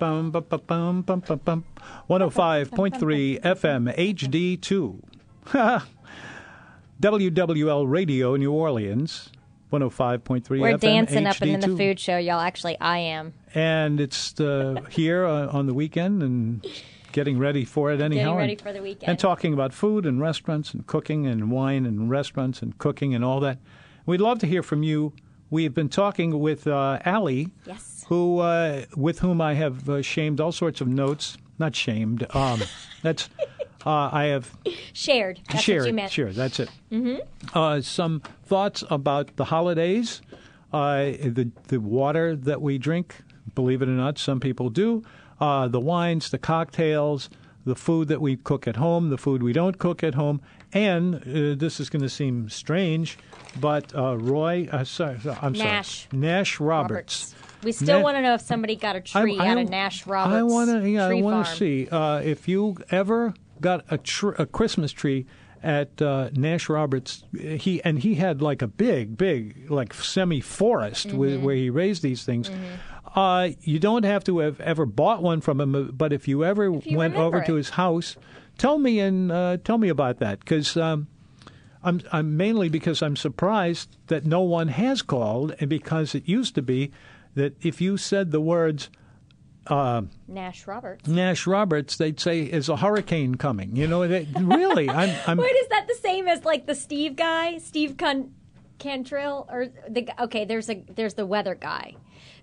Bum, bum, bum, bum, bum, bum, bum. 105.3 FM HD2. WWL Radio, New Orleans. 105.3 We're FM dancing up and in the HD2. food show, y'all. Actually, I am. And it's uh, here uh, on the weekend and getting ready for it anyhow. ready and- for the weekend. And talking about food and restaurants and cooking and wine and restaurants and cooking and all that. We'd love to hear from you. We've been talking with uh, Allie, Yes. who, uh, with whom I have uh, shamed all sorts of notes. Not shamed. Um, that's uh, I have Shared. That's sure, what you meant. Sure, that's it. Mm-hmm. Uh, some thoughts about the holidays, uh, the the water that we drink. Believe it or not, some people do. Uh, the wines, the cocktails, the food that we cook at home, the food we don't cook at home, and uh, this is going to seem strange, but uh, Roy, uh, sorry, sorry, I'm Nash. sorry, Nash Roberts. Roberts. We still Na- want to know if somebody got a tree out of Nash Roberts. I want to. Yeah, tree I want to farm. see uh, if you ever got a, tr- a Christmas tree at uh, Nash Roberts. He and he had like a big, big, like semi forest where, Mm-hmm. where he raised these things. Uh, you don't have to have ever bought one from him, uh, but if you ever you went remember over to it. his house, tell me and uh, tell me about that because. Um, I'm, I'm mainly because I'm surprised that no one has called, and because it used to be that if you said the words Nash Roberts. Nash Roberts, they'd say, is a hurricane coming. You know, they, really, I'm, I'm Wait, is that the same as like the Steve guy, Steve Con- Cantrell, or the g- okay? There's a there's the weather guy.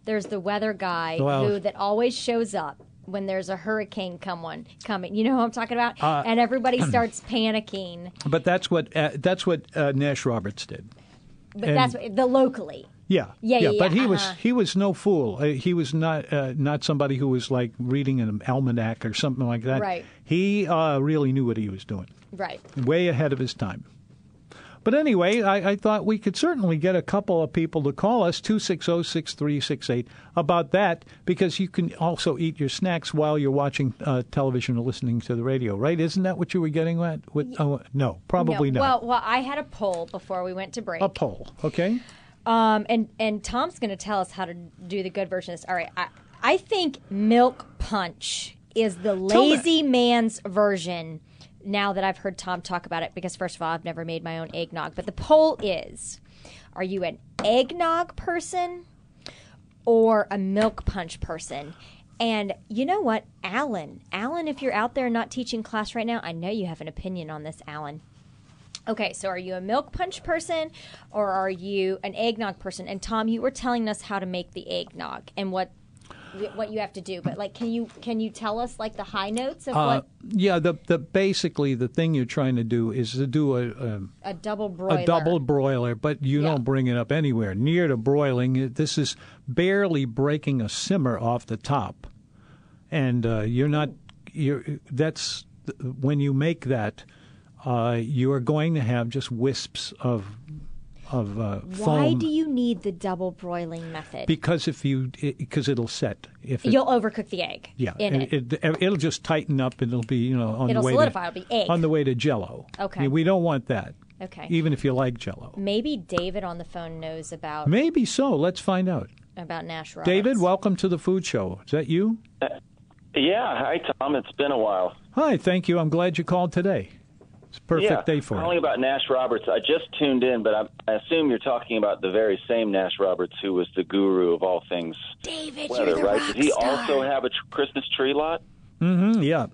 There's the weather guy Well- who that always shows up when there's a hurricane come on, coming. You know who I'm talking about? and everybody starts panicking. but that's what uh, that's what uh, Nash Roberts did. But that's what, the locally. Yeah, Yeah, yeah, but he yeah, was uh-huh. he was no fool. Uh, he was not uh, not somebody who was like reading an almanac or something like that. Right. He uh, really knew what he was doing, Right. way ahead of his time. But anyway, I, I thought we could certainly get a couple of people to call us two six zero six three six eight about that because you can also eat your snacks while you're watching uh, television or listening to the radio, right? Isn't that what you were getting at? With, oh, no, probably no. not. Well, well, I had a poll before we went to break. a poll, okay? Um, and and Tom's going to tell us how to do the good version of this. All right, I, I think milk punch is the lazy man's version. Now that I've heard Tom talk about it, because first of all, I've never made my own eggnog. But the poll is: Are you an eggnog person or a milk punch person? And you know what, Alan? Alan, if you're out there not teaching class right now, I know you have an opinion on this, Alan. Okay, so are you a milk punch person or are you an eggnog person? And Tom, you were telling us how to make the eggnog and what what you have to do, but like can you can you tell us like the high notes of Uh, what yeah, the, the basically the thing you're trying to do is to do a, um, a a double broiler? Uh, A double broiler, but you Yeah. don't bring it up anywhere near to broiling. This is barely breaking a simmer off the top, and uh, you're not. You're that's when you make that. Uh, you are going to have just wisps of of uh, Why foam do you need the double broiling method? because if you because it'll set if it, You'll overcook the egg. yeah in it. it, it, will just tighten up and it'll be you know on It'll the way solidify, to, it'll be egg. on the way to Jello. Okay. we don't want that. Okay. even if you like Jello. Maybe David on the phone knows about Maybe so. Let's find out. about Nash Roberts. David, welcome to the food show. Is that you? Yeah, hi Tom. It's been a while. Hi, thank you. I'm glad you called today. It's a perfect yeah, day for calling it. about Nash Roberts. I just tuned in, but I, I assume you're talking about the very same Nash Roberts who was the guru of all things David, weather, you're the right? rock Did he star. also have a tr- Christmas tree lot? Mm, yeah,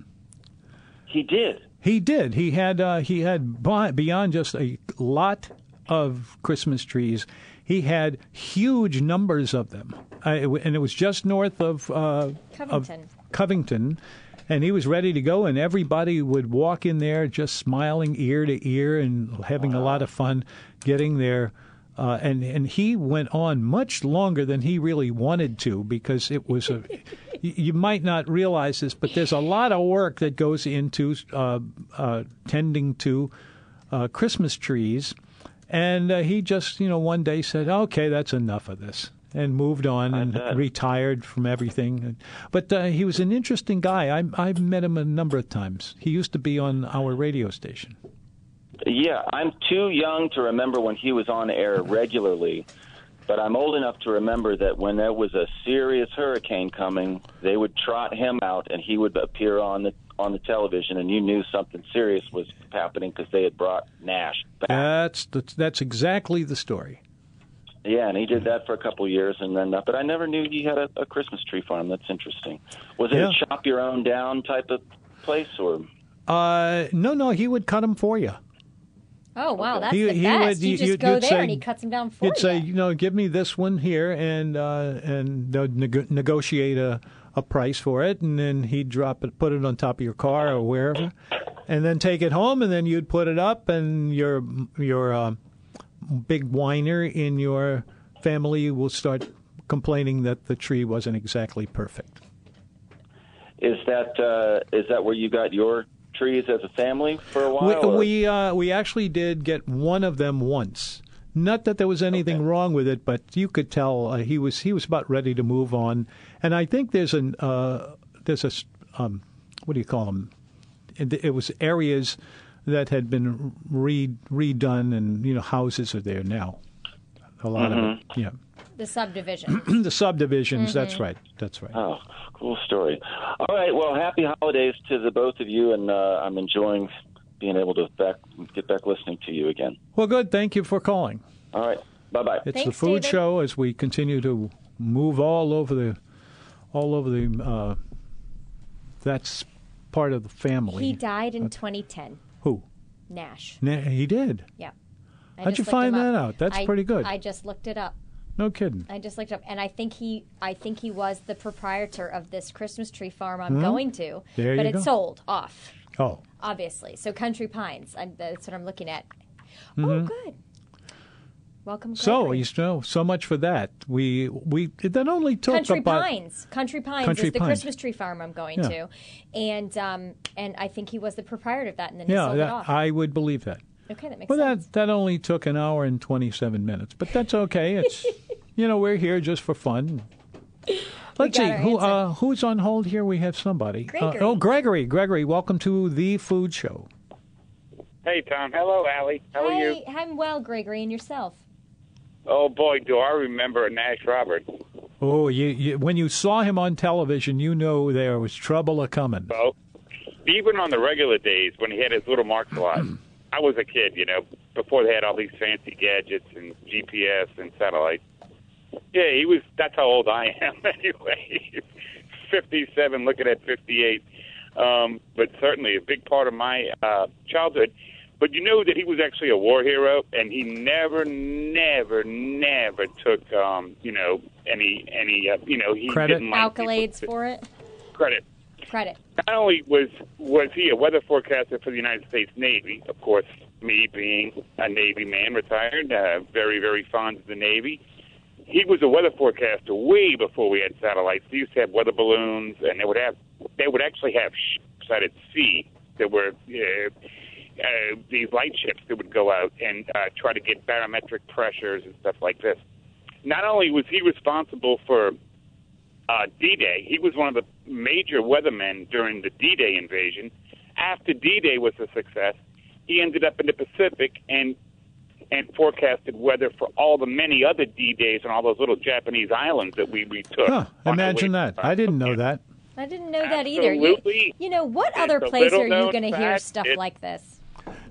He did. he did. He had uh, he had bi- beyond just a lot of Christmas trees. He had huge numbers of them, uh, it w- and it was just north of uh, Covington. of Covington. And he was ready to go, and everybody would walk in there just smiling ear to ear and having a lot of fun getting there. Uh, and and he went on much longer than he really wanted to because it was a y- you might not realize this, but there's a lot of work that goes into uh, uh, tending to uh, Christmas trees. And uh, he just, you know, one day said, "Okay, that's enough of this," and moved on and retired from everything. But uh, he was an interesting guy. I, I've met him a number of times. He used to be on our radio station. Yeah, I'm too young to remember when he was on air regularly, but I'm old enough to remember that when there was a serious hurricane coming, they would trot him out and he would appear on the on the television and you knew something serious was happening because they had brought Nash back. That's the, that's exactly the story. Yeah, and he did that for a couple of years, and then uh, but I never knew he had a, a Christmas tree farm. That's interesting. Was it Yeah. a chop your own down type of place, or Uh, no, no, he would cut them for you. Oh wow, that's He- the he best. would- you you- just you'd- go you'd there say- and he cuts them down for You'd you. say, you know, give me this one here, and uh, and they'll neg- negotiate a, a price for it, and then he'd drop it, put it on top of your car or wherever, and then take it home, and then you'd put it up, and your your uh, big whiner in your family will start complaining that the tree wasn't exactly perfect. is that uh, is that where you got your trees as a family for a We while? or- we, uh, we actually did get one of them once. Not that there was anything wrong with it, but you could tell uh, he was he was about ready to move on. And I think there's an uh, there's a s- um, what do you call them? It, it was areas that had been re, redone, and you know houses are there now. A lot of it, yeah. the subdivision. the subdivisions. That's right. That's right. Oh, cool story. All right, well, happy holidays to the both of you, and uh, I'm enjoying being able to back get back listening to you again. Well, good. Thank you for calling. All right, bye bye. It's the Thanks, food David. show as we continue to move all over the all over the uh, that's part of the family. he died Uh, in 2010. Who? Nash. Na- he did. Yeah. I How'd just you looked find him that up. out? That's I- pretty good. I just looked it up. No kidding. I just looked up, and I think he, I think he was the proprietor of this Christmas tree farm I'm going to, Hmm? There but you it go. sold off, Oh, obviously. So Country Pines, I, that's what I'm looking at. Oh, good. Welcome. Mm-hmm. so Gregory. you know so much for that. We we that only took Country about Pines. Country Pines Country is the Pines. Christmas tree farm I'm going Yeah. to, and um, and I think he was the proprietor of that, and then he yeah. sold it That, off. I would believe that. okay, that makes Well, sense. that that only took an hour and twenty seven minutes, but that's okay. It's you know we're here just for fun. Let's got see our who answer. uh, who's on hold here. We have somebody. Gregory. Uh, oh, Gregory, Gregory, welcome to the food show. Hey, Tom. Hello, Allie. How are you? Hey, I'm well, Gregory, and yourself. Oh, boy, do I remember a Nash Robert. Oh, you, you, when you saw him on television, you know there was trouble a coming. Oh, even on the regular days when he had his little martial arts, I was a kid, you know, before they had all these fancy gadgets and GPS and satellites. Yeah, he was. That's how old I am, anyway. 57, looking at 58. Um, but certainly a big part of my uh, childhood. But you know that he was actually a war hero, and he never, never, never took, um, you know, any, any, uh, you know, he Credit? didn't like people Accolades to- for it. credit Credit. not only was was he a weather forecaster for the United States Navy, of course, me being a Navy man, retired, uh, very very fond of the Navy. He was a weather forecaster way before we had satellites. They used to have weather balloons, and they would have they would actually have ships out at sea that were uh, uh, these light ships that would go out and uh, try to get barometric pressures and stuff like this. Not only was he responsible for uh, D-Day. He was one of the major weathermen during the D-Day invasion. After D-Day was a success, he ended up in the Pacific and and forecasted weather for all the many other D-Days and all those little Japanese islands that we, we took. Huh, on our imagine way- that. I didn't know that. I didn't know that either. You, Absolutely. you know, what It's other a place are you little-known going to hear fact. stuff It's- like this?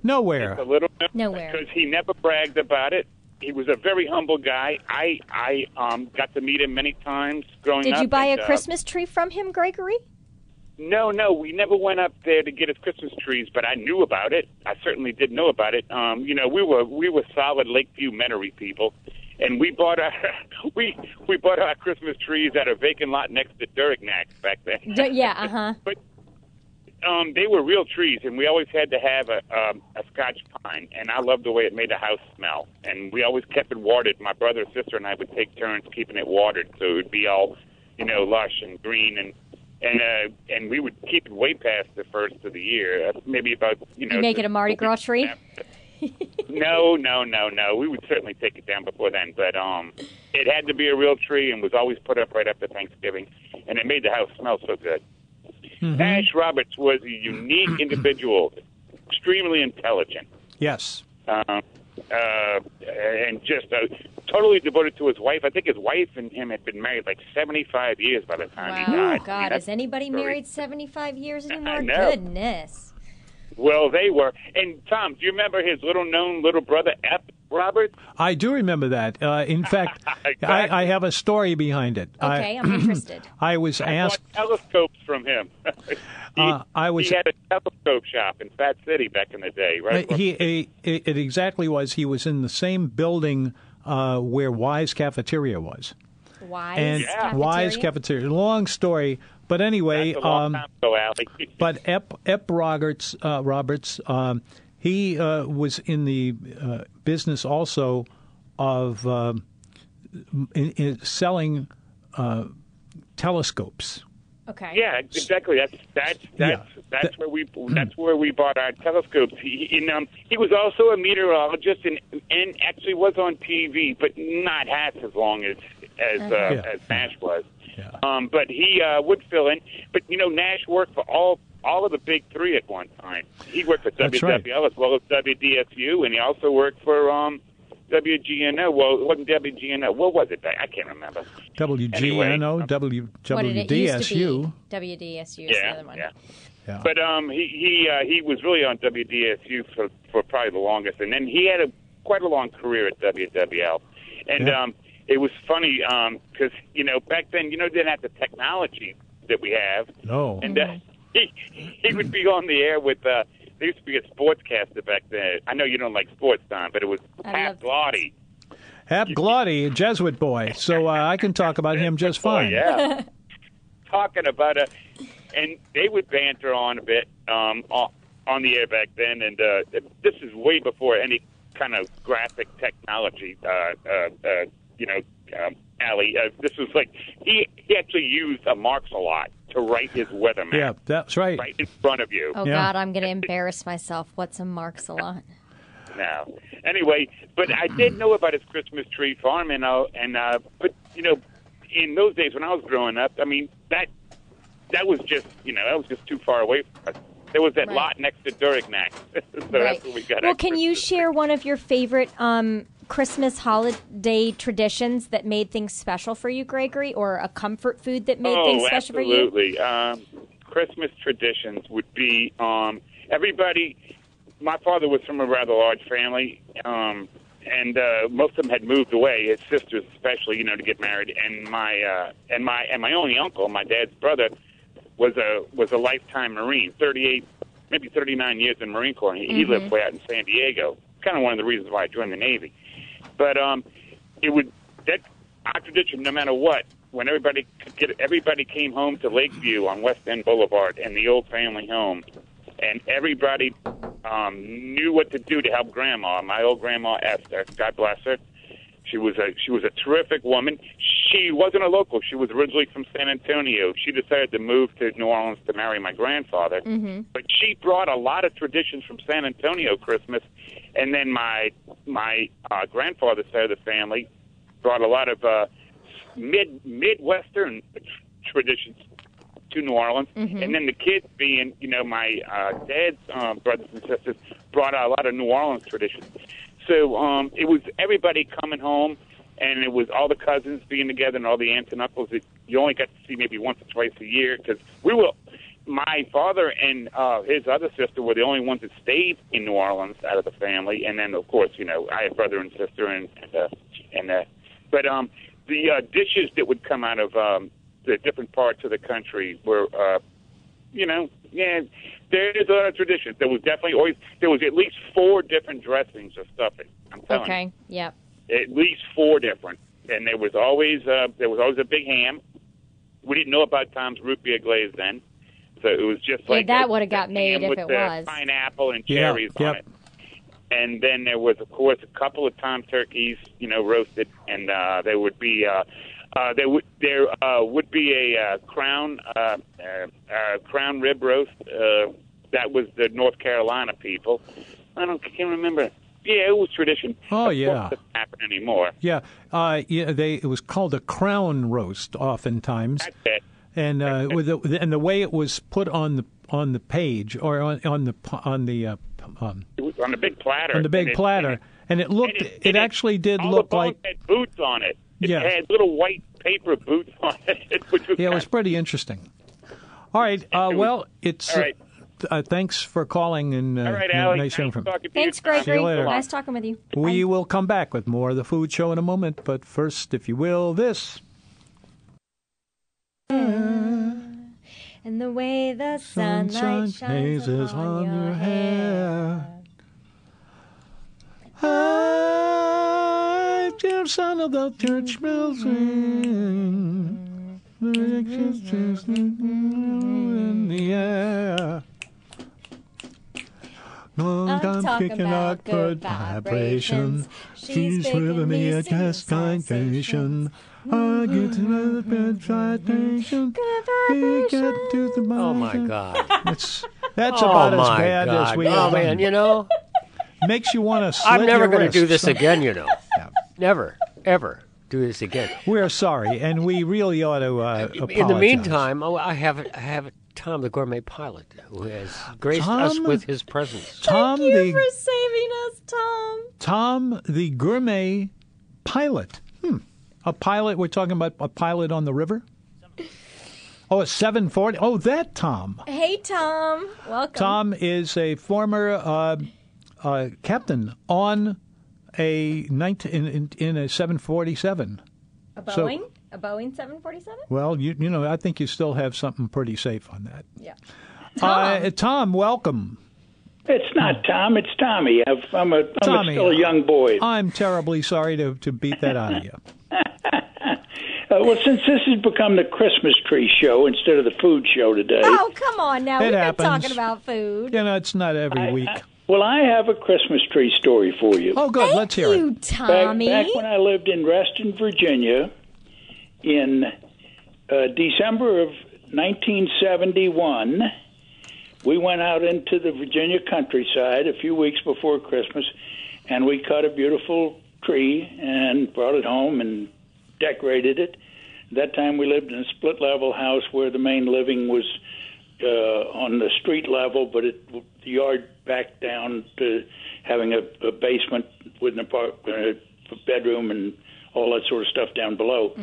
Nowhere. a little bit Nowhere. because he never bragged about it. He was a very humble guy. I I um got to meet him many times growing up. Did you buy and, a uh, Christmas tree from him, Gregory? No, no, we never went up there to get his Christmas trees, but I knew about it. I certainly did know about it. Um, you know, we were we were solid Lakeview Menory people, and we bought our we we bought our Christmas trees at a vacant lot next to Durignax back then. D- yeah, uh huh. But um, they were real trees, and we always had to have a, um, a Scotch pine. And I loved the way it made the house smell. And we always kept it watered. My brother, sister, and I would take turns keeping it watered, so it would be all you know, lush and green and and uh, and we would keep it way past the first of the year, uh, maybe about you know. You make the- it a Mardi Gras tree? no, no, no, no. We would certainly take it down before then, but um, it had to be a real tree and was always put up right after Thanksgiving, and it made the house smell so good. Ash Roberts was a unique individual, extremely intelligent, Yes. um, uh, and just uh, totally devoted to his wife. I think his wife and him had been married like seventy-five years by the time he Wow. Oh, died. I mean, God, that's is anybody very- married 75 years anymore? know. Goodness. Well, they were. And Tom, do you remember his little-known little brother, Ep Roberts? I do remember that. Uh, in fact, I, I have a story behind it. Okay, I, I'm interested. I was asked. Bought telescopes from him. he, Uh, I was- he had a telescope shop in Fat City back in the day, right? He, he it it exactly was. He was in the same building uh, where Wise Cafeteria was, Wise and cafeteria? Wise Cafeteria. Long story, but anyway, That's a long um, time ago, Allie. but Ep, Ep Roberts, uh, Roberts, um, he uh, was in the uh, business also of uh, in, in selling uh, telescopes. Okay. yeah, exactly. That's that's Yeah. that's that's where we that's where we bought our telescopes. He, he- and um, he was also a meteorologist, and and actually was on TV, but not half as long as as uh, Yeah. as Nash was. Yeah. Um, but he uh, would fill in. But you know, Nash worked for all all of the big three at one time. He worked for That's WWL right. as well as WDSU, and he also worked for um, WGNO. Well, it wasn't WGNO. What was it? I can't remember. WGNO, W- What did it used to WDSU. be? WDSU is the Yeah, other one. yeah. Yeah. But um, he he uh, he was really on WDSU for for probably the longest, and then he had a quite a long career at WWL, and Yeah. um, it was funny because you know back then you know they didn't have the technology that we have, No. and uh, he he would be on the air with uh, there used to be a sportscaster back then. I know you don't like sports, Tom, but it was I Pat love Lottie. Hap Glotty, a Jesuit boy, so uh, I can talk about him just fine. Oh, yeah. Talking about a, and they would banter on a bit um, on on the air back then, and uh, this is way before any kind of graphic technology. Uh, uh, uh, you know, um, Allie, uh, this was like he he actually used a marks a lot to write his weather map Yeah, that's right. right in front of you. Oh Yeah. God, I'm going to embarrass myself. What's a Mark Salon? now. Anyway, but I did know about his Christmas tree farm, and uh, and uh, but you know, in those days when I was growing up, I mean that that was just you know that was just too far away. From us. There was that Right. lot next to Durignac, so that's where we got. well, our can you Christmas tree. share one of your favorite um, Christmas holiday traditions that made things special for you, Gregory, or a comfort food that made oh, things special for you? absolutely. Um, Christmas traditions would be um, everybody. My father was from a rather large family, um, and uh, most of them had moved away. His sisters, especially, you know, to get married. And my uh, and my and my only uncle, my dad's brother, was a was a lifetime Marine, thirty eight, maybe thirty nine years in Marine Corps. He, he Mm-hmm. lived way out in San Diego. Kind of one of the reasons why I joined the Navy. But um, it would that our tradition, no matter what, when everybody could get everybody came home to Lakeview on West End Boulevard and the old family home, and everybody um, knew what to do to help Grandma. My old Grandma Esther, God bless her. She was a she was a terrific woman. She wasn't a local. She was originally from San Antonio. She decided to move to New Orleans to marry my grandfather. Mm-hmm. But she brought a lot of traditions from San Antonio Christmas, and then my my uh, grandfather's side of the family brought a lot of uh, mid midwestern traditions to New Orleans, and then the kids being, you know, my uh, dad's um, brothers and sisters brought out a lot of New Orleans traditions. So um, it was everybody coming home, and it was all the cousins being together and all the aunts and uncles that you only got to see maybe once or twice a year because we were. My father and uh, his other sister were the only ones that stayed in New Orleans out of the family, and then of course, you know, I had brother and sister and uh, and uh, but um, the uh, dishes that would come out of um, the different parts of the country were, uh, you know, yeah, there is a lot of tradition. There was definitely always there was at least four different dressings of stuffing. I'm telling Okay. Yep. you, at least four different, and there was always uh, there was always a big ham. We didn't know about Tom's root beer glaze then, so it was just Yeah, like that a- would've got a made ham if with it the was. pineapple and Yeah, cherries on yep. it and then there was of course a couple of tom turkeys you know roasted and uh there would be uh Uh, there would there uh, would be a uh, crown uh, uh, uh, crown rib roast. Uh, that was the North Carolina people. I don't can't remember. Yeah, it was tradition. Oh, Of course, yeah. it doesn't happen anymore. Yeah, uh, yeah. They it was called a crown roast, oftentimes, That's it. and uh, with the, and the way it was put on the on the page or on, on the p- on the uh, p- um, It was on the big platter. on the And big it- platter, and it and looked and it actually did all look the bones like had boots on it. It Yeah. had little white paper boots on it, which was yeah, it kind was of- pretty interesting. All right, uh, well, it's All right. uh, thanks for calling and uh, all right, n- Allie. nice hearing nice from. you. talking to you. Thanks, See Gregory. you later. Nice talking with you. We will come back with more of the food show in a moment, but first, if you will, this. And the way the Sunshine sunlight shines blazes upon on your your hair. I hear sound of the church bells ring. The kisses in the air. No, I'm I'm, talking picking about up good good vibrations. vibrations. She's She's giving making me me a sing chest sensation. sensations. I get to the bed vibration. We get to the Oh my God! That's that's oh about as my bad God! as we. oh have done. man, you know makes you want to. Slit I'm never going going to to do this again. You know, never, ever do this again. We're sorry, and we really ought to uh, apologize. In the meantime, oh, I have I have Tom the gourmet pilot who has graced us Tom? with his presence. Tom Thank you the for saving us, Tom. Tom the gourmet pilot. Hmm. A pilot. We're talking about a pilot on the river. Oh, it's seven forty. Oh, that Tom. Hey, Tom. Welcome. Tom is a former uh, uh, captain on a 19, in, in, in a 747. a so- Boeing? a Boeing 747? Well, you you know, I think you still have something pretty safe on that. Yeah. Tom, uh, Tom welcome. It's not Tom. It's Tommy. I've, I'm a I'm Tommy. a still a young boy. Uh, I'm terribly sorry to, to beat that out of you. Uh, well, since this has become the Christmas tree show instead of the food show today, Oh, come on now. It We've happens. been talking about food. You know, it's not every week. well, I have a Christmas tree story for you. oh, good. Thank Let's hear you, it. back, Tommy. back when I lived in Reston, Virginia, in uh, December of 1971, we went out into the Virginia countryside a few weeks before Christmas, and we cut a beautiful tree and brought it home and decorated it. That time we lived in a split level house where the main living was uh, on the street level, but it, the yard back down to having a, a basement with an apartment, a bedroom, and all that sort of stuff down below.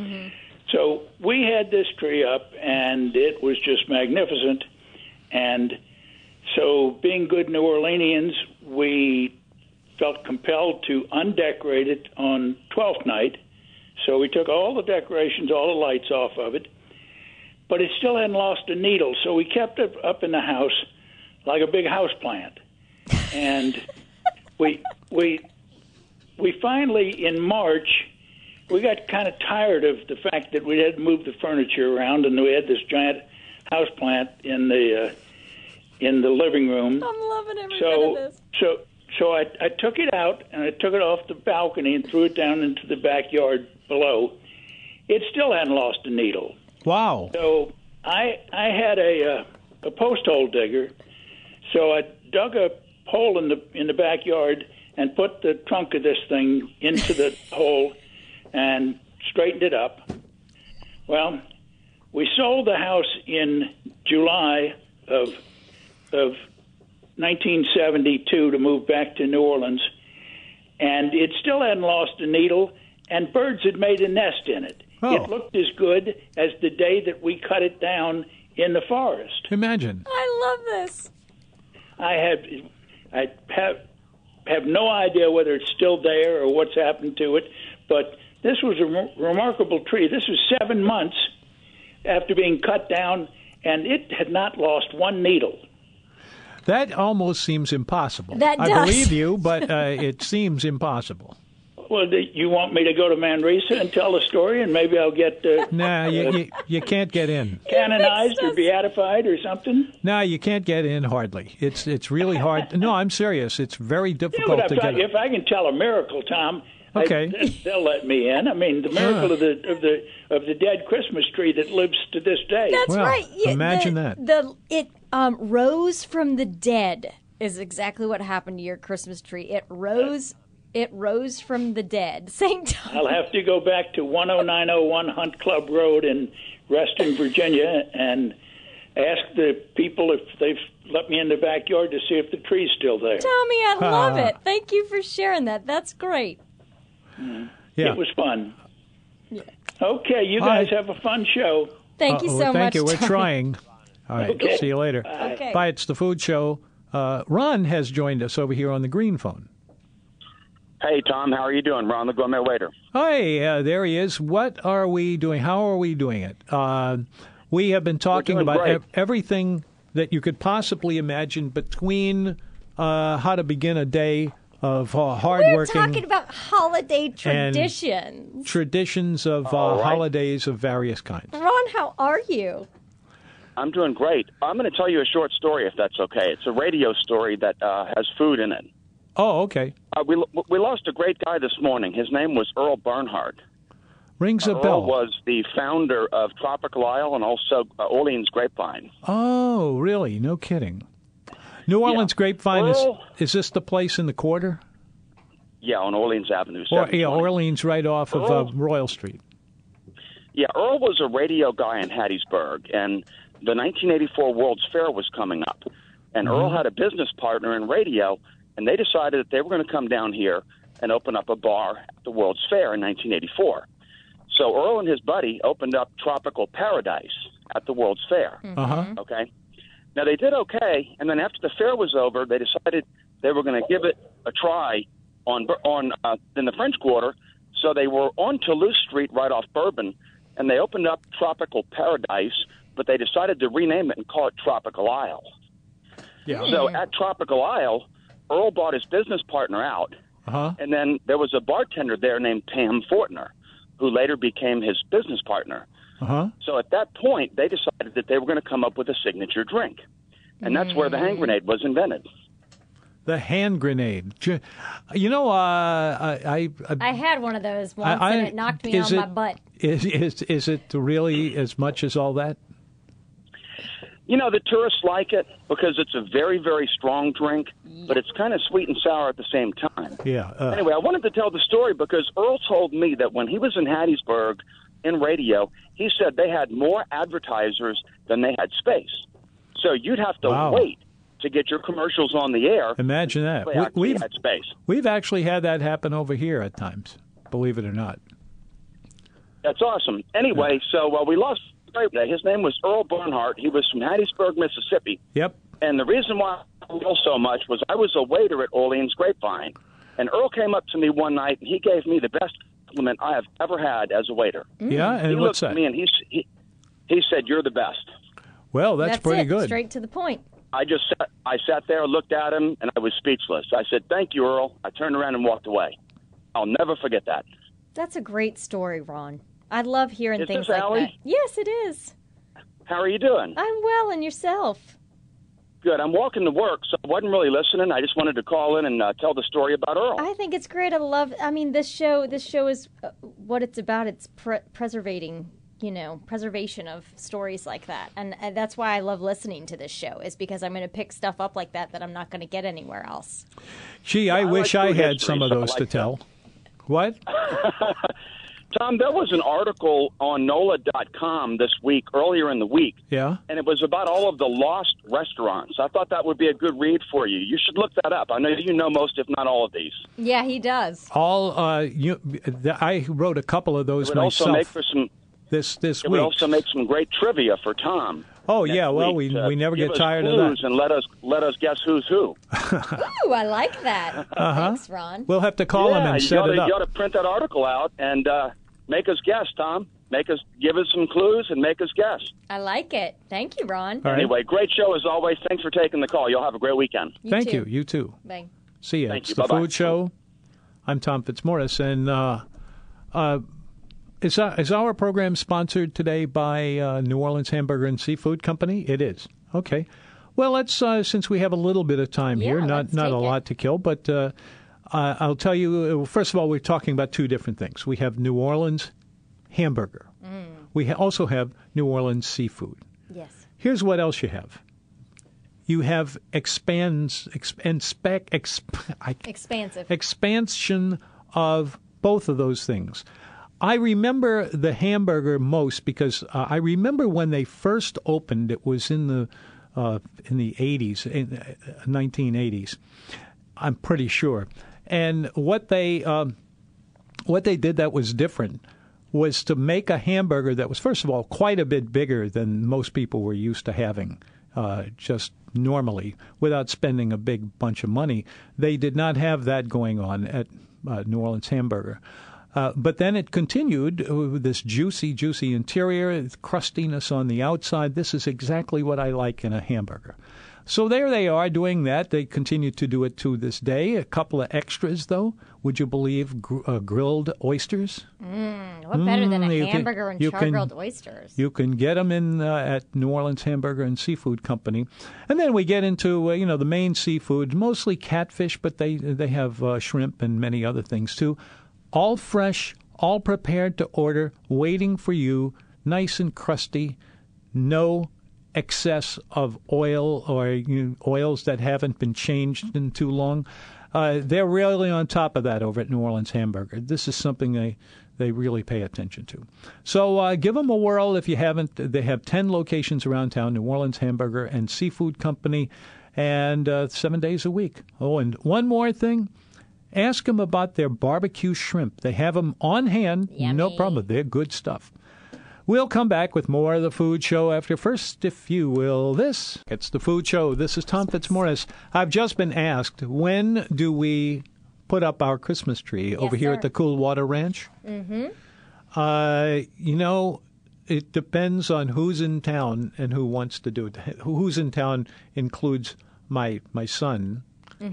So we had this tree up, and it was just magnificent. And so, being good New Orleanians, we felt compelled to undecorate it on Twelfth Night. So we took all the decorations, all the lights off of it, but it still hadn't lost a needle. So we kept it up in the house like a big house plant, and we we we finally in March we got kind of tired of the fact that we had to move the furniture around, and we had this giant house plant in the uh, in the living room I'm loving every bit of so this. so so I, I took it out and I took it off the balcony and threw it down into the backyard below. It still hadn't lost a needle. Wow. So I I had a uh, a post hole digger, so I dug a hole in the in the backyard and put the trunk of this thing into the hole and straightened it up. Well, we sold the house in July of of 1972 to move back to New Orleans, and it still hadn't lost a needle, and birds had made a nest in it. Oh. It looked as good as the day that we cut it down in the forest. Imagine. I love this. I had, I have, have no idea whether it's still there or what's happened to it, but this was a re- remarkable tree. This was seven months after being cut down, and it had not lost one needle. That almost seems impossible. That I does. believe you, but uh, it seems impossible. Well, do you want me to go to Manresa and tell the story, and maybe I'll get uh, Nah, you, you, you can't get in. canonized Fix or us. beatified or something? No, you can't get in hardly. It's it's really hard. No, I'm serious. It's very Yeah, difficult but to if I, get. in. if I can tell a miracle, Tom, I- Okay. they'll let me in. I mean, the miracle of the of the of the dead Christmas tree that lives to this day. That's Wow. right. Yeah, Imagine the- that. The it um, rose from the dead is exactly what happened to your Christmas tree. It rose. It rose from the dead. Same time. I'll have to go back to 10901 Hunt Club Road in Reston, Virginia, and ask the people if they've let me in the backyard to see if the tree's still there. Tommy, I love Ah. it. Thank you for sharing that. That's great. Yeah. It was fun. Okay, you guys All have a fun show. Thank you Uh-oh, so thank much. you. We're Tommy. trying. All right. Okay. Uh, See you later. Okay. Bye. It's the food show. Uh, Ron has joined us over here on the green phone. Hey, Tom, how are you doing? Ron the Gourmet Waiter. Hi, uh, there he is. What are we doing? How are we doing it? Uh, we have been talking doing about great. ev- everything that you could possibly imagine between uh, how to begin a day of uh, hard We're working talking about holiday traditions. traditions of uh, holidays of various kinds. Ron, how are you? I'm doing great. I'm going to tell you a short story, if that's okay. It's a radio story that uh, has food in it. Oh, okay. Uh, we we lost a great guy this morning. His name was Earl Bernhard. Rings a Earl bell. was the founder of Tropical Isle and also uh, Orleans Grapevine. Oh, really? No kidding. New Orleans Grapevine is Well- is this the place in the quarter? Yeah, on Orleans Avenue. Or yeah, 720. Orleans right off of uh, Earl- Royal Street. Yeah, Earl was a radio guy in Hattiesburg, and the 1984 World's Fair was coming up. And Earl Mm-hmm. had a business partner in radio, and they decided that they were going to come down here and open up a bar at the World's Fair in 1984. So Earl and his buddy opened up Tropical Paradise at the World's Fair. Uh-huh. Okay. Now they did okay, and then after the fair was over, they decided they were going to give it a try on on uh, in the French Quarter. So they were on Toulouse Street, right off Bourbon, and they opened up Tropical Paradise, but they decided to rename it and call it Tropical Isle. Yeah. So at Tropical Isle, Earl bought his business partner out, Uh-huh. and then there was a bartender there named Pam Fortner, who later became his business partner. Uh-huh. So at that point, they decided that they were going to come up with a signature drink. And that's where the Mm. hand grenade was invented. The hand grenade. Ju- You know, uh, I, uh, I, I had one of those I, once, and it knocked me is on my it- butt. Is, is is it really as much as all that? You know, the tourists like it because it's a very, very strong drink, but it's kind of sweet and sour at the same time. Yeah. Uh, Anyway, I wanted to tell the story because Earl told me that when he was in Hattiesburg in radio, he said they had more advertisers than they had space. So you'd have to Wow. wait to get your commercials on the air. imagine that. They We- actually we've had space. we've actually had that happen over here at times. Believe it or not. That's awesome. Anyway, so uh, we lost a great guy. His name was Earl Barnhart. He was from Hattiesburg, Mississippi. Yep. And the reason why I know so much was I was a waiter at Orleans Grapevine. And Earl came up to me one night and he gave me the best compliment I have ever had as a waiter. Yeah. He And looked what's Mm. at that? me and he, s- he, he said, You're the best. Well, that's, pretty it. good. Straight to the point. I just sat, I sat there, looked at him, and I was speechless. I said, Thank you, Earl. I turned around and walked away. I'll never forget that. That's a great story, Ron. I love hearing Is things this like Allie? that. Yes, it is. How are you doing? I'm well, and yourself. Good. I'm walking to work, so I wasn't really listening. I just wanted to call in and uh, tell the story about Earl. I think it's great. I love. I mean, this show. This show is uh, what it's about. It's pre- preservating. You know, preservation of stories like that, and uh, that's why I love listening to this show. Is because I'm going to pick stuff up like that that I'm not going to get anywhere else. Gee, I, I like wish I food had history, some of so I those like to that. tell. What? Tom, there was an article on NOLA.com this week, earlier in the week, Yeah. and it was about all of the lost restaurants. I thought that would be a good read for you. You should look that up. I know you know most, if not all, of these. Yeah, he does. All uh, you, th- I wrote a couple of those It would myself also make for some. this this It week. would also make some great trivia for Tom. oh next yeah, well week we to we never give get us tired of clues that. And let us let us guess who's who. Ooh, I like that. Thanks, Ron. Uh-huh. We'll have to call yeah, him and you set oughta- it up. You ought to print that article out and uh, make us guess, Tom. Make us give us some clues and make us guess. I like it. Thank you, Ron. All right. Anyway, great show as always. Thanks for taking the call. Y'all have a great weekend. Thank too. you. You too. Bye. See ya. Thank it's you. the Bye-bye. food show. I'm Tom Fitzmaurice, and uh, uh, is our, is our program sponsored today by uh, New Orleans Hamburger and Seafood Company? It is. Okay. Well, let's uh, since we have a little bit of time here, Yeah, not let's not take a it. lot to kill, but uh, I- I'll Mm. tell you. uh, First of all, we're talking about two different things. We have New Orleans hamburger, We ha- also have New Orleans seafood. Yes. Here's what else you have. You have expands expand spec exp, I, Expansive. expansion of both of those things. I remember the hamburger most because uh, I remember when they first opened. It was in the uh, in the eighties, nineteen eighties. I'm pretty sure. And what they um, what they did that was different was to make a hamburger that was first of all quite a bit bigger than most people were used to having uh, just normally without spending a big bunch of money they did not have that going on at uh, new orleans hamburger uh, but then it continued uh, with this juicy, juicy interior, crustiness on the outside. This is exactly what I like in a hamburger. So there they are doing that. They continue to do it to this day. A couple of extras, though. Would you believe gr- uh, grilled oysters? What better than Mm, you a can- hamburger and you char can- grilled oysters? You can get them in uh, at New Orleans Hamburger and Seafood Company, and then we get into uh, you know the main seafood, mostly catfish, but they they have uh, shrimp and many other things too. All fresh, all prepared to order, waiting for you, nice and crusty, no excess of oil or you know, oils that haven't been changed in too long. Uh, they're really on top of that over at New Orleans Hamburger. This is something they they really pay attention to. So uh, give them a whirl if you haven't. They have ten locations around town: New Orleans Hamburger and Seafood Company, and uh, seven days a week. Oh, and one more thing. Ask them about their barbecue shrimp. They have them on hand. No Yummy. problem. They're good stuff. We'll come back with more of the food show after first, if you will. This it's the food show. This is Tom Fitzmaurice. I've just been asked when do we put up our Christmas tree over here sir. at the Cool Water Ranch? Mm-hmm. Uh, you know, it depends on who's in town and who wants to do it. Who's in town includes my my son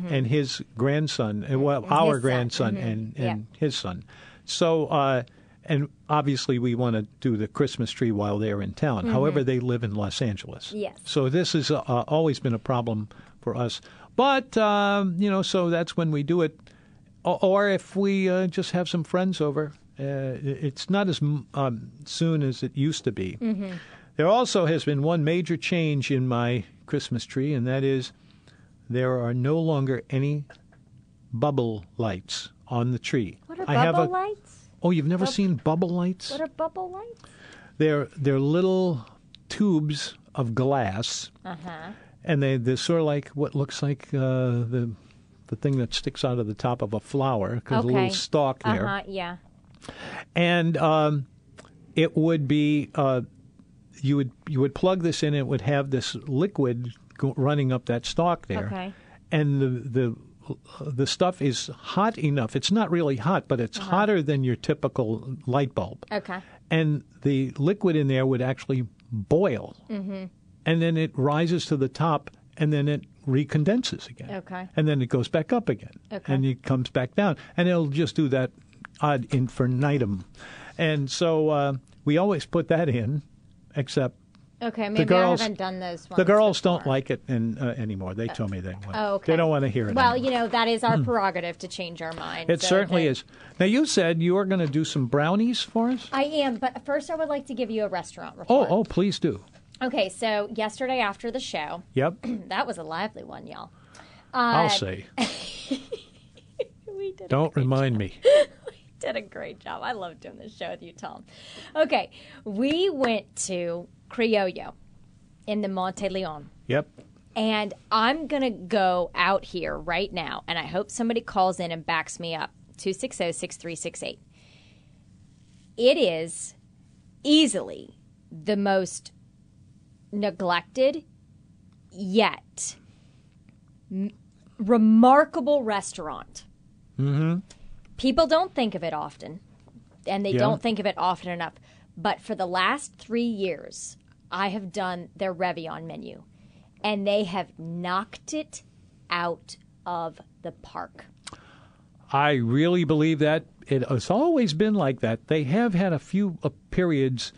and his grandson, and well, our son. grandson and Mm-hmm. Yeah. and his son. So, uh, and obviously, we want to do the Christmas tree while they're in town. However, they live in Los Angeles. Mm-hmm. Yes. So this has uh, always been a problem for us. But um, you know, so that's when we do it, O- or if we uh, just have some friends over. Uh, it's not as m- um, soon as it used to be. There also has been one major change in my Christmas tree, and that is there are no longer any bubble lights on the tree. What are I have bubble a- lights? Oh, you've never seen bubble lights? What are bubble lights? They're they're little tubes of glass, Uh huh. and they they're sort of like what looks like uh, the the thing that sticks out of the top of a flower because a Okay. little stalk Uh there, huh. Yeah. and um, it would be uh, you would you would plug this in, and it would have this liquid go- running up that stalk there, Okay. and the the the stuff is hot enough. It's not really hot, but it's hotter than your typical light bulb Okay. and the liquid in there would actually boil, Mm-hmm. and then it rises to the top, and then it recondenses again. Okay. And then it goes back up again. Okay. And it comes back down, and it'll just do that ad infinitum, and so uh, we always put that in, except Okay. Maybe girls- I haven't done those ones. the girls before. don't like it in, uh, anymore. They tell me they want. Oh, okay. They don't want to hear it. Well, anymore. Hmm. you know that is our prerogative to change our mind. it so certainly that- is. Now you said you were going to do some brownies for us. I am, but first I would like to give you a restaurant Oh, report. oh, please do. Okay, so yesterday after the show, Yep, that was a lively one, y'all. I'll say. We did a Don't remind me. did a great job. I love doing this show with you, Tom. Okay, we went to Criollo in the Monte Leon. Yep. And I'm going to go out here right now, and I hope somebody calls in and backs me up oh, 260 6368. It is easily the most neglected yet m- remarkable restaurant. People don't think of it often, and they Yeah. don't think of it often enough. But for the last three years, I have done their Revion menu and they have knocked it out of the park. I really believe that it has always been like that. They have had a few uh, periods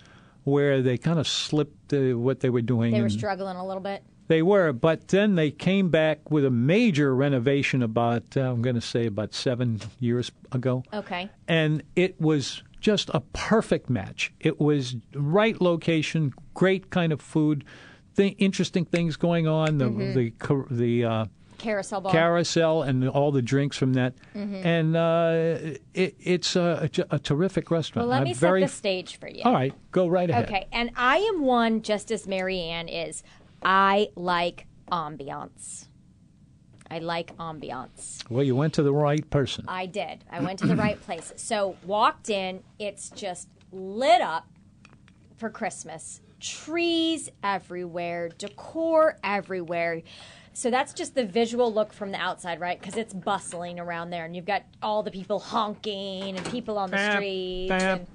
where they kind of slipped uh, what they were doing. They were and- struggling a little bit. they were, but then they came back with a major renovation about uh, I'm going to say about seven years ago, Okay. and it was just a perfect match. It was right location, great kind of food, th- interesting things going on. The Mm-hmm. the ca- the uh, Carousel ball. carousel and the, all the drinks from that, Mm-hmm. and uh, it, it's a, a j- a terrific restaurant. well, let I'm me very Oh, set the stage for you. all right. Go right ahead. Okay, and I am one just as Marianne is. I like ambiance. I like ambiance. Well, you went to the right person. I did. I went to the right place. So walked in, it's just lit up for Christmas. Trees everywhere, decor everywhere. So that's just the visual look from the outside, right? Because it's bustling around there, and you've got all the people honking and people on the Bam, street. bam, and-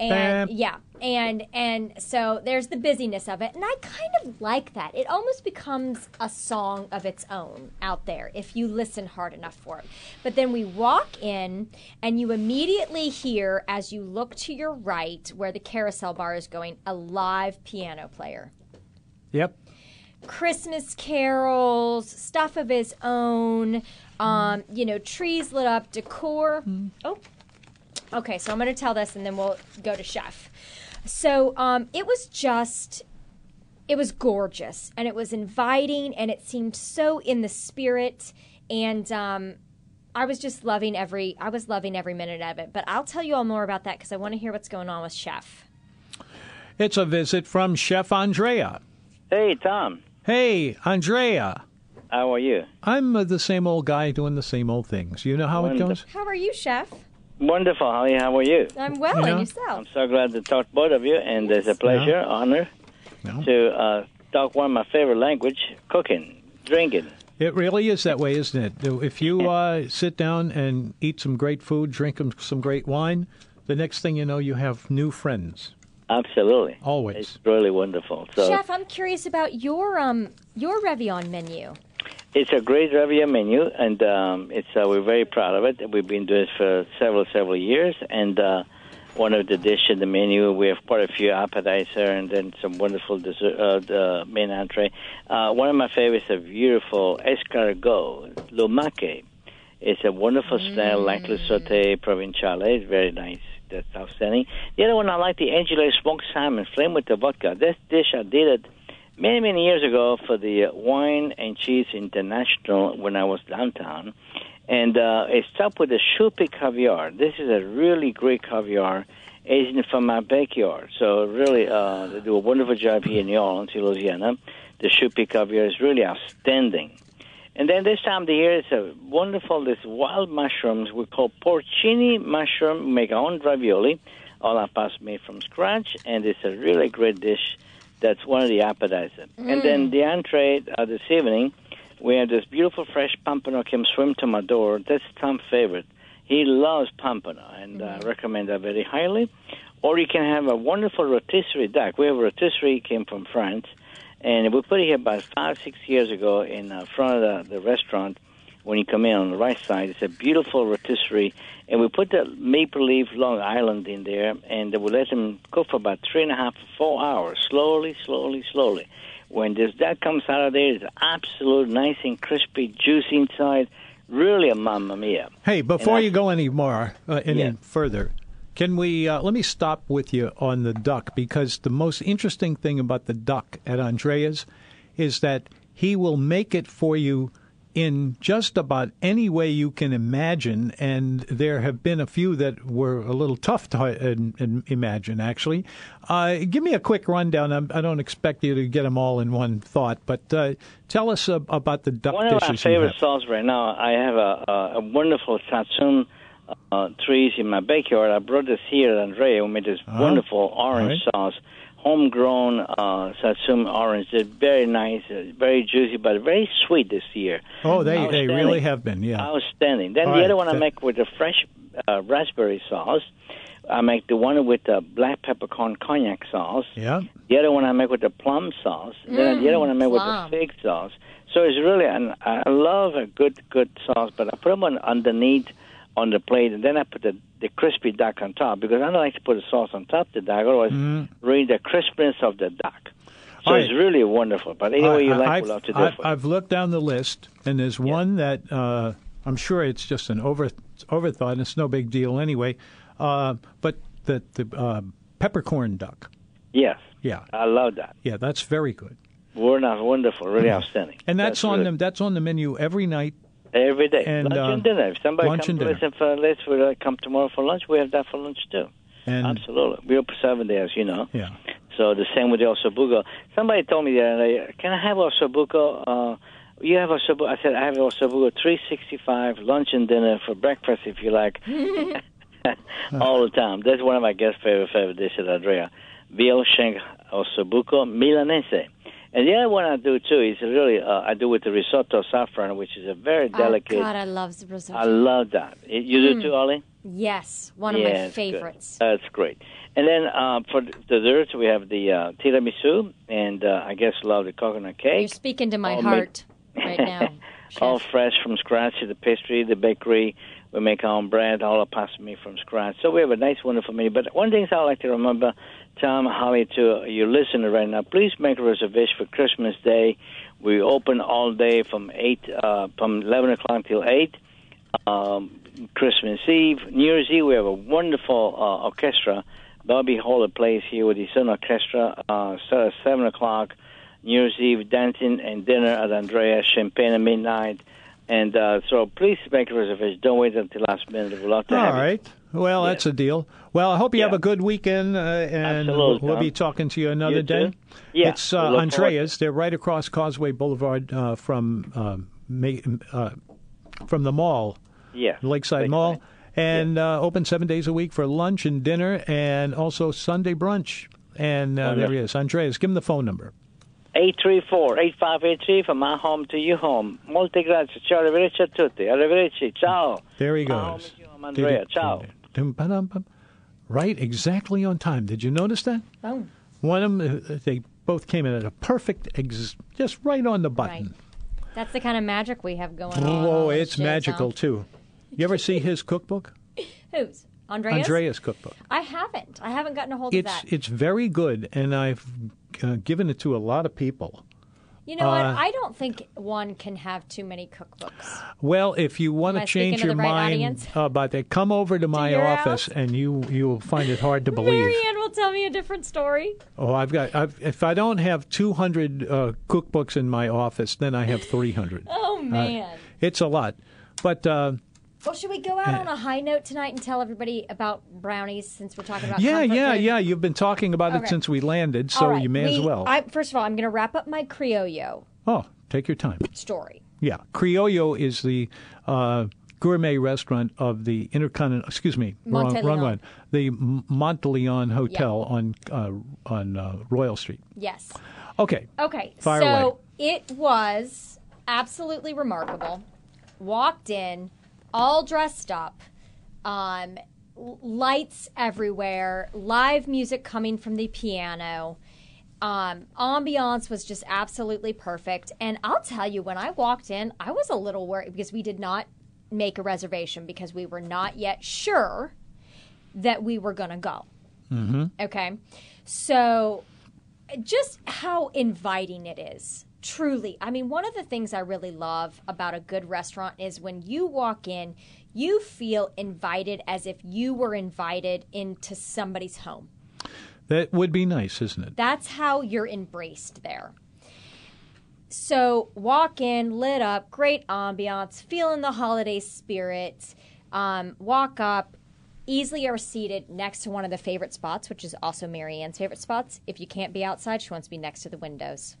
and Bam. yeah and and so there's the busyness of it and i kind of like that it almost becomes a song of its own out there if you listen hard enough for it but then we walk in and you immediately hear as you look to your right where the carousel bar is going a live piano player Yep. Christmas carols, stuff of his own. Um, you know, trees lit up, decor. Oh, okay. So I'm going to tell this, and then we'll go to chef. So um, it was just, it was gorgeous, and it was inviting, and it seemed so in the spirit, and um, I was just loving every, I was loving every minute of it. But I'll tell you all more about that because I want to hear what's going on with chef. It's a visit from Chef Andrea. Hey, Tom. Hey, Andrea. How are you? I'm uh, the same old guy doing the same old things. You know how it Wonderful. goes? How are you, chef? Wonderful, Holly. How are you? I'm well, Yeah. and yourself? I'm so glad to talk to both of you, and it's a pleasure, honor Yeah. to uh, talk one of my favorite language, cooking, drinking. It really is that way, isn't it? If you uh, sit down and eat some great food, drink some great wine, the next thing you know, you have new friends. Absolutely. Always. It's really wonderful. So Chef, I'm curious about your um your Revion menu. it's a great Revia menu, and um, it's uh, we're very proud of it. We've been doing it for several, several years, and uh, one of the dishes in the menu, we have quite a few appetizer and then some wonderful dessert, uh, the main entree. Uh, one of my favorites is a beautiful escargot, lumake. It's a wonderful snail, like Le Saute Provinciale. It's very nice. That's outstanding. The other one I like, the Angelo Smoked Salmon, flame with the vodka. This dish I did it many, many years ago for the uh, Wine and Cheese International when I was downtown. And uh, it's topped with a Shupi caviar. This is a really great caviar agent from my backyard. So really, uh, they do a wonderful job here in New Orleans, in Louisiana. The Shupi caviar is really outstanding. And then this time of the year, it's a wonderful, this wild mushrooms we call porcini mushroom. We make our own ravioli, all our pasta made from scratch, and it's a really great dish. That's one of the appetizers. And then the entree uh, this evening, we have this beautiful fresh pompano came swim to my door. That's Tom's favorite. He loves pompano, and I recommend that very highly. Or you can have a wonderful rotisserie duck. We have rotisserie came from France and we put it here about five, six years ago in uh, front of the, the restaurant. When you come in on the right side, it's a beautiful rotisserie, and we put the maple leaf Long Island in there, and we let them cook for about three and a half, four hours, slowly, slowly, slowly. When this duck comes out of there, it's absolute nice and crispy, juicy inside. Really a mamma mia. Hey, before I- you go any more, uh, any Yeah. further, can we uh, let me stop with you on the duck because the most interesting thing about the duck at Andrea's is that he will make it for you in just about any way you can imagine, and there have been a few that were a little tough to uh, in- in- imagine. Actually, uh, give me a quick rundown. I'm, I don't expect you to get them all in one thought, but uh, tell us uh, about the duck One of dishes. my you favorite have. sauce right now. I have a, a, a wonderful satsum uh, trees in my backyard. I brought this here, Andrea. We made this wonderful orange right. sauce, homegrown uh, satsum orange. They're very nice, uh, very juicy, but very sweet this year. Oh, they, they Outstanding. really have been, yeah. Outstanding. Then All the right, other one I that- make with the fresh uh, raspberry sauce. I make the one with the black peppercorn cognac sauce. Yeah. The other one I make with the plum sauce. then the other one I make plum. with the fig sauce. So it's really, an, I love a good, good sauce, but I put them on underneath on the plate, and then I put the, the crispy duck on top because I don't like to put the sauce on top of the duck, otherwise, ruin the crispness of the duck. So Mm. All it's right. really wonderful. But any way you like, we love to do it I've, for you. I've looked down the list, and there's one that uh, I'm sure it's just an over overthought, and it's no big deal anyway. Uh, but that the uh, peppercorn duck. Yes. Yeah, I love that. yeah, that's very good. Wonderful, wonderful, really outstanding. Mm-hmm. And that's, on really- them. That's on the menu every night. every day. and, lunch uh, and dinner. If somebody lunch and comes to dinner. listen for let's uh, come tomorrow for lunch, we have that for lunch too. And Absolutely, we're open seven days, you know. yeah, So the same with the ossobuco. Somebody told me the other day, can I have ossobuco? Uh, you have ossobuco. I said, I have ossobuco 365, lunch and dinner for breakfast if you like, all the time. That's one of my guest favorite, favorite dishes, Andrea. Veal shank ossobuco milanese. And the other one I do too is really, uh, I do with the risotto saffron, which is a very delicate. Oh, God, I Mm. love the I risotto. love that. You do too, Ollie? yes, one of Yeah, my it's good. favorites. That's great. And then uh, for the desserts, we have the uh, tiramisu, and uh, I guess love the coconut You're cake. speaking to my I'll make- heart right now. chef. All fresh from scratch, the pastry, the bakery. We make our own bread, all our pasta made from scratch. So we have a nice, wonderful menu. But one thing I like to remember, Tom, Holly, to your listener right now, please make a reservation for Christmas Day. We open all day from eight, uh, from eleven o'clock till eight. um, Christmas Eve, New Year's Eve. We have a wonderful uh, orchestra. Bobby Holler plays here with his own orchestra. Uh, start at seven o'clock. New Year's Eve dancing and dinner at Andrea. Champagne at midnight. And uh, so please make a reservation. Don't wait until last minute. We'll have to all have right. Well, that's a deal. Well, I hope you have Yeah. a good weekend, uh, and Absolutely, we'll be Tom. talking to you another You day. too. Yeah, it's uh, we look forward. Andreas. They're right across Causeway Boulevard uh, from uh, Ma- uh, from the mall. it. Yeah. Lakeside Mall, and uh, open seven days a week for lunch and dinner, and also Sunday brunch. And Oh, uh, there he is, Andreas. Give him the phone number. 834-8583 from my home to your home. Molte grazie. Ciao, arrivederci a tutti. Arrivederci. Ciao. There he My home goes. is your home, Andrea. Ciao. Dum-ba-dum-bum. Right, exactly on time. Did you notice that? Boom. One of them, they both came in at a perfect, ex- just right on the Right. Oh, button. That's the kind of magic we have going on. Whoa, on this it's show, magical Tom. too. You ever see his cookbook, Who's? Andreas? Andreas cookbook? I haven't. I haven't gotten a hold It's of that. it's very good, and I've uh, given it to a lot of people. you know uh, what? I don't think one can have too many cookbooks. Well, if you want Am to I speaking change to your the right mind audience? about that, come over to my your office house? and you you will find it hard to believe. Marianne will tell me a different story. Oh, I've got I've, if I don't have 200 uh, cookbooks in my office, then I have 300. Oh, man. It's a lot. But uh, well, should we go out on a high note tonight and tell everybody about brownies since we're talking about yeah, comfort yeah, food? yeah, you've been talking about Okay. it since we landed, All so right, you may as we- well. I, first of all, I'm going to wrap up my Criollo oh, take your time. story. Yeah, Criollo is the uh, gourmet restaurant of the Intercontinental. Excuse me, wrong, wrong Monteleone. one. The M- Monteleone Hotel on uh, on uh, Royal Street. Yes. Okay. Okay. Fire away. so it was absolutely remarkable. Walked in, all dressed up, um, l- lights everywhere, live music coming from the piano. Um, ambiance was just absolutely perfect. And I'll tell you, when I walked in, I was a little worried because we did not make a reservation because we were not yet sure that we were going to go. Mm-hmm. Okay. So just how inviting it is. Truly. I mean, one of the things I really love about a good restaurant is when you walk in, you feel invited as if you were invited into somebody's home. That would be nice, isn't it? That's how you're embraced there. So, walk in, lit up, great ambiance, feeling the holiday spirit. Um, walk up, easily are seated next to one of the favorite spots, which is also Marianne's favorite spots. If you can't be outside, she wants to be next to the windows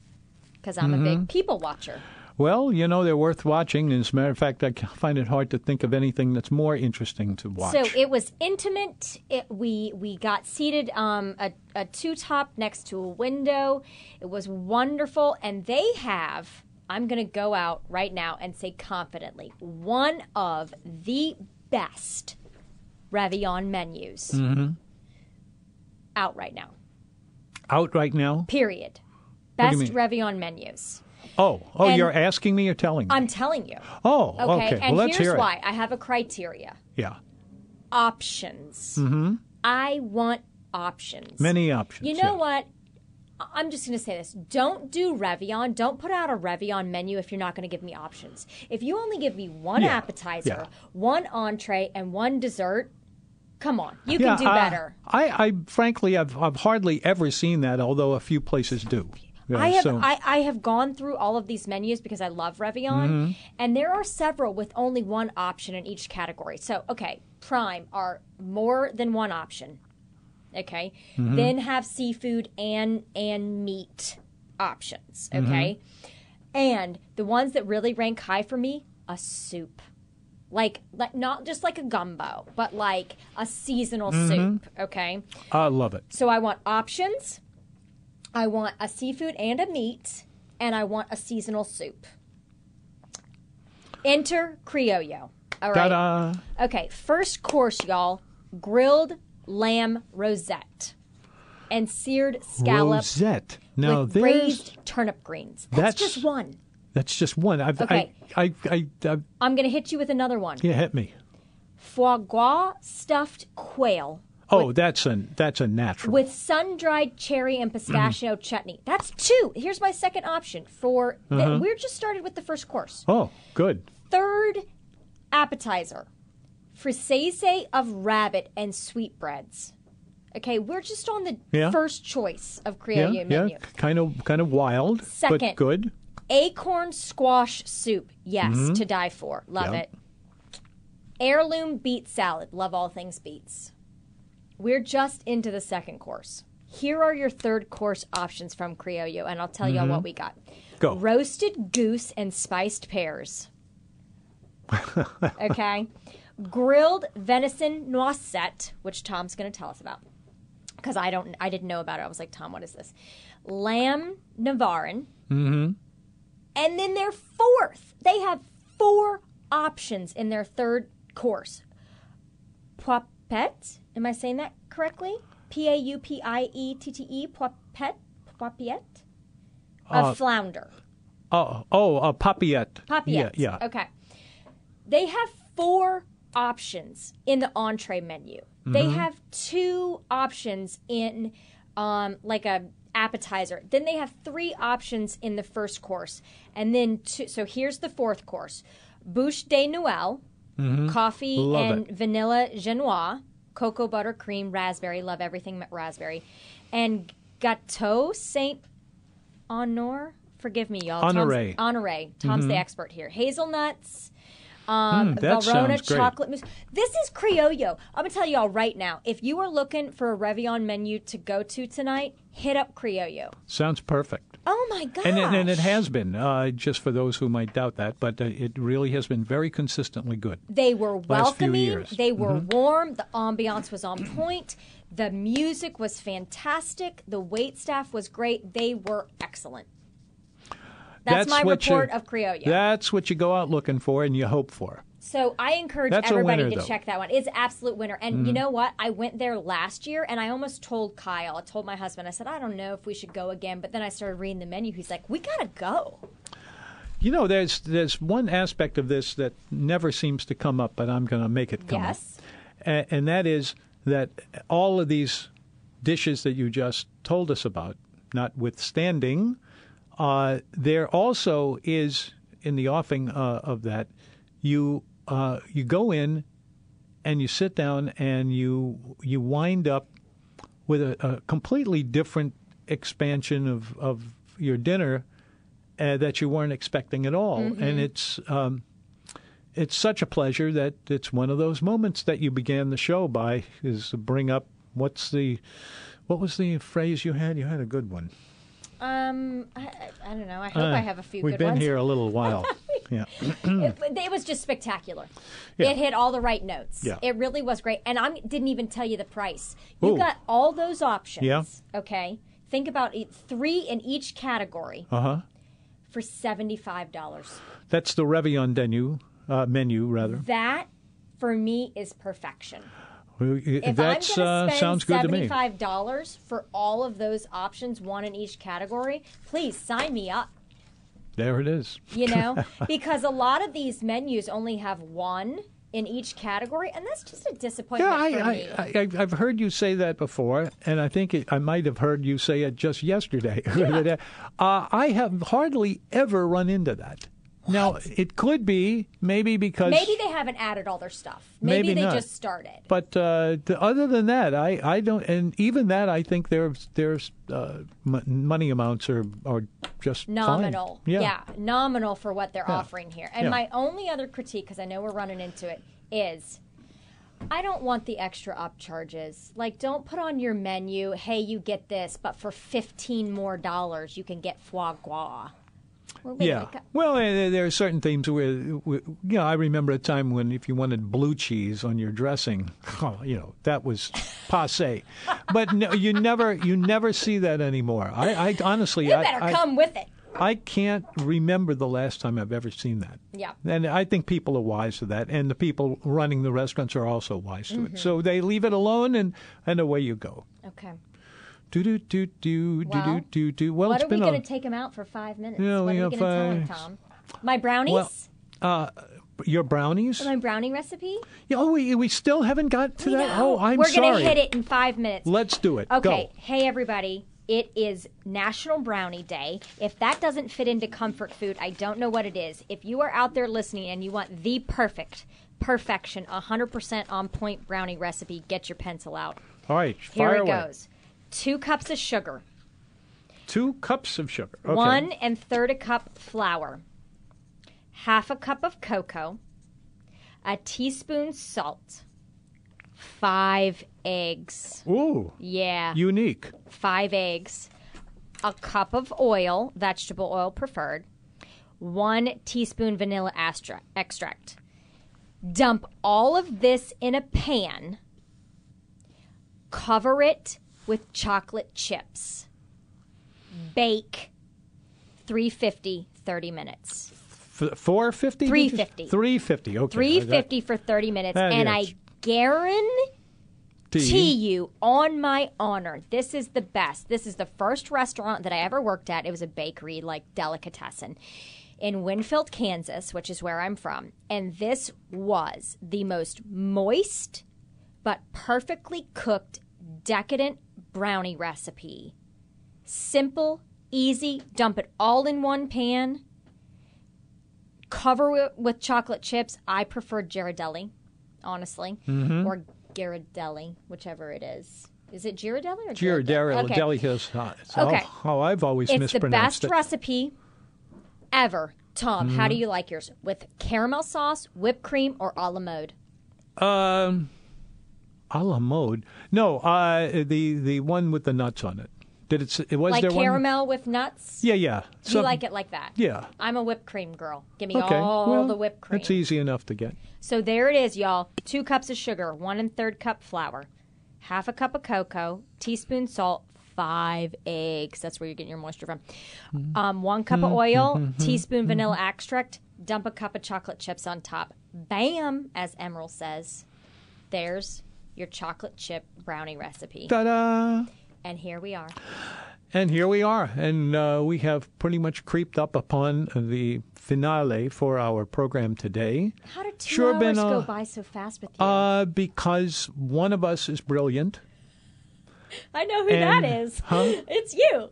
because I'm a big people watcher. Well, you know, they're worth watching. And as a matter of fact, I ca- find it hard to think of anything that's more interesting to watch. So it was intimate. It, we we got seated um, a, a two top next to a window. It was wonderful, and they have. I'm going to go out right now and say confidently one of the best Ravillon menus Mm-hmm. out right now. Out right now? Period. What do Best you mean? Ravillon menus. Oh, oh, And- you're asking me or telling me? I'm telling you. oh, okay. Okay, and well, let's here's hear it. why I have a criteria: Yeah, options. I want options. Mm-hmm. many options. You know yeah. what? I- I'm just going to say this. Don't do Revion. Don't put out a Revion menu if you're not going to give me options. If you only give me one Yeah. appetizer, Yeah. one entree, and one dessert, Come on, you yeah, uh, can do I- better. I, I frankly, I've, I've hardly ever seen that, although a few places do. Yeah, I have so- I, I have gone through all of these menus because I love Revion, Mm-hmm. and there are several with only one option in each category. So okay, prime are more than one option. Okay, Mm-hmm. then have seafood and and meat options. Mm-hmm. Okay, and the ones that really rank high for me a soup. Like, like not just like a gumbo, but like a seasonal Mm-hmm. soup. Okay, I love it. so I want options. I want a seafood and a meat, and I want a seasonal soup. Enter Criollo. All right. Ta-da. Okay, first course, y'all. Grilled lamb rosette and seared scallop Rosette. Now with there's braised turnip greens. That's, That's- just one. that's just one. I've, Okay. I, I, I, I, I'm going to hit you with another one. yeah, hit me. Foie gras stuffed quail Oh, that's a that's a natural. with sun-dried cherry and pistachio Mm. chutney. That's two. Here's my second option for th- Uh-huh. we're just started with the first course. oh, good. Third appetizer. Frisese of rabbit and sweetbreads. Okay, we're just on the Yeah. first choice of Yeah, Creolio yeah. menu. Kind of kind of wild, but Second. good. Acorn squash soup. Yes, to die for. Love Yeah. it. Heirloom beet salad. Love all things beets. We're just into the second course. Here are your third course options from Criollo, and I'll tell y'all what we got. Go. Roasted goose and spiced pears. okay. Grilled venison noisette, which Tom's going to tell us about because I don't I didn't know about it. I was like, Tom, what is this? Lamb Navarin. Mm-hmm. And then their fourth, they have four options in their third course. Poipette. Am I saying that correctly? P a u p i e t t e. Poipette. Poipette. A flounder. Oh, oh, a papillette. Papillette. Yeah, yeah. Okay. They have four options in the entree menu. Mm-hmm. They have two options in um, like a appetizer. Then they have three options in the first course, and then two. So here's the fourth course: bouche de noël, coffee Mm-hmm. Love and it. vanilla genoise, cocoa butter cream, raspberry. Love everything but raspberry, and gâteau Saint Honor. Forgive me, y'all. Honoré. Tom's, Honoré. Tom's the expert here. Hazelnuts. Um, Mm-hmm. Hmm, that Verona sounds great. chocolate mousse. This is Criollo. I'm gonna tell y'all right now. If you are looking for a Revion menu to go to tonight, hit up Criollo. Sounds perfect. Oh my gosh! And, it- and it has been, uh, just for those who might doubt that, but uh, it really has been very consistently good. They were welcoming. years. Mm-hmm. They were warm. The ambiance was on point. The music was fantastic. The wait staff was great. They were excellent. That's, my what you- report of Criollo. That's what you go out looking for and you hope for. So I encourage That's a everybody winner, to though. Mm-hmm. check that one. It's an absolute winner. And you know what? I went there last year and I almost told Kyle, I told my husband, I said, I don't know if we should go again. But then I started reading the menu. He's like, we got to go. You know, there's there's one aspect of this that never seems to come up, but I'm going to make it come Yes. up, and, and that is that all of these dishes that you just told us about, notwithstanding, uh, there also is in the offing uh, of that you uh, you go in and you sit down and you you wind up with a, a completely different expansion of, of your dinner uh, that you weren't expecting at all. And it's um, it's such a pleasure that it's one of those moments that you began the show by is to bring up what's the what was the phrase you had? You had a good one. Um, I, I, I don't know. I hope I have a few Uh, We've good been ones. Oh, here a little while. yeah. it, it was just spectacular. Yeah. It hit all the right notes. Yeah. It really was great. And I didn't even tell you the price. You Ooh. got all those options. Yeah. Okay. Think about it, three in each category Uh huh. for $75. That's the Revion menu. Uh, menu rather. That for me is perfection. If That's I'm going uh, to spend sounds good to me. seventy-five dollars for all of those options, one in each category, please sign me up. There it is. You know, because a lot of these menus only have one in each category, and that's just a disappointment Yeah, I, for I, me. I, I've- I've heard you say that before, and I think it, I might have heard you uh, say it just yesterday. uh, I have hardly ever run into that. Now, it could be maybe because Maybe they haven't added all their stuff. Maybe, Maybe they not. just started. But uh, the, other than that, I, I don't, and even that, I think their their uh, m- money amounts are are just fine. Nominal. Yeah. nominal for what they're Yeah. offering here. And Yeah. my only other critique, because I know we're running into it, is I don't want the extra upcharges. Like, don't put on your menu, hey, you get this, but for 15 more dollars, you can get foie gras. Well, wait, Yeah. wait, co- Well, eh, eh, there are certain things where, where- you know, I remember a time when if you wanted blue cheese on your dressing, oh, you know, that was passe. but no, you never you never see that anymore. I, I honestly, You I, better I, come with it. I can't remember the last time I've ever seen that. Yeah. And I think people are wise to that, and the people running the restaurants are also wise to Mm-hmm. it. So they leave it alone, and, and away you go. Okay. Do do do do do Well, do do do. Well, what it's are we been going a, to take him out for five minutes? Yeah, what we are we got going to five. tell him, Tom? My brownies? Well, your brownies. my brownie recipe? Yeah, Oh, we we still haven't got to that. No, Oh, I'm We're sorry. to hit it in five minutes. Let's do it. Okay. Go. Hey, everybody. It is National Brownie Day. If that doesn't fit into comfort food, I don't know what it is. If you are out there listening and you want the perfect, perfection, 100% on point brownie recipe, get your pencil out. All right. Here fire it away. goes two cups of sugar, Two cups of sugar. Okay. one and third a cup flour, half a cup of cocoa, a teaspoon salt, five eggs. Ooh, Yeah. unique. five eggs, a cup of oil, vegetable oil preferred, one teaspoon vanilla astra- extract. Dump all of this in a pan, cover it with chocolate chips, bake 350, 30 minutes. F- Four fifty. $3.50. Three fifty. Okay. I got 350 for 30 minutes, That and is- I guarantee. tea. Tea you on my honor. This is the best. This is the first restaurant that I ever worked at. It was a bakery, like delicatessen, in Winfield, Kansas, which is where I'm from. And this was the most moist but perfectly cooked decadent brownie recipe. Simple, easy, dump it all in one pan. Cover it with chocolate chips. I prefer Ghirardelli, honestly, Mm-hmm. or Ghirardelli, whichever it is. Is it Ghirardelli or Ghirardelli Okay. deli is hot. It's Okay. all- Oh, I've always It's the mispronounced Mm-hmm. best it. recipe ever. Tom, how do you like yours? With caramel sauce, whipped cream, or a la mode? Um, a la mode. No, uh, the the one with the nuts on it. Did it? s- It was Like there one. caramel with nuts? Yeah, yeah. Do you like it like that? Yeah. I'm a whipped cream girl. Give me Okay. all well, the whipped cream. It's easy enough to get. So there it is, y'all. Two cups of sugar, one and third cup flour, half a cup of cocoa, teaspoon salt, five eggs. That's where you're getting your moisture from. Um, one cup of Mm-hmm. oil, teaspoon vanilla extract. Dump a cup of chocolate chips on top. Bam, as Emerald says. There's your chocolate chip brownie recipe. Ta-da! And here we are. And here we are, and uh, we have pretty much creeped up upon the finale for our program today. How did two Sure hours been, uh, go by so fast with you? Uh, because one of us is brilliant. I know who and- that is. huh? It's you.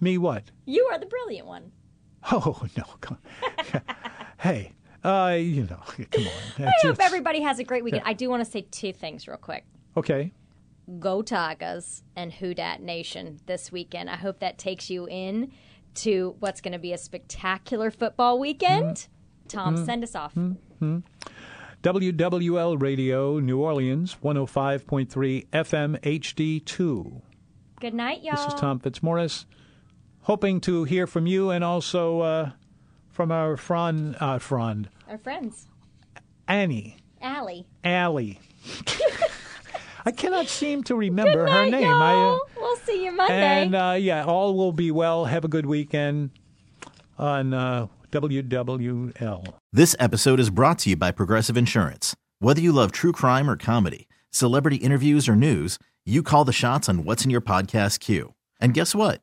Me, what? You are the brilliant one. Oh no! Come hey, uh, you know, come on. I It's- hope everybody has a great weekend. I do want to say two things real quick. Okay. Go Tigers and Who Dat Nation this weekend. I hope that takes you in to what's going to be a spectacular football weekend. Mm-hmm. Tom, send us off. WWL Radio, New Orleans, 105.3 FM HD2. Good night, y'all. This is Tom Fitzmaurice, hoping to hear from you and also uh, from our friend, uh, friend Our friends, Annie, Allie. Allie. I cannot seem to remember her Good night, name. I, y'all. uh, we'll see you Monday. and uh, yeah, all will be well. Have a good weekend on uh, WWL. This episode is brought to you by Progressive Insurance. Whether you love true crime or comedy, celebrity interviews or news, you call the shots on what's in your podcast queue. And guess what?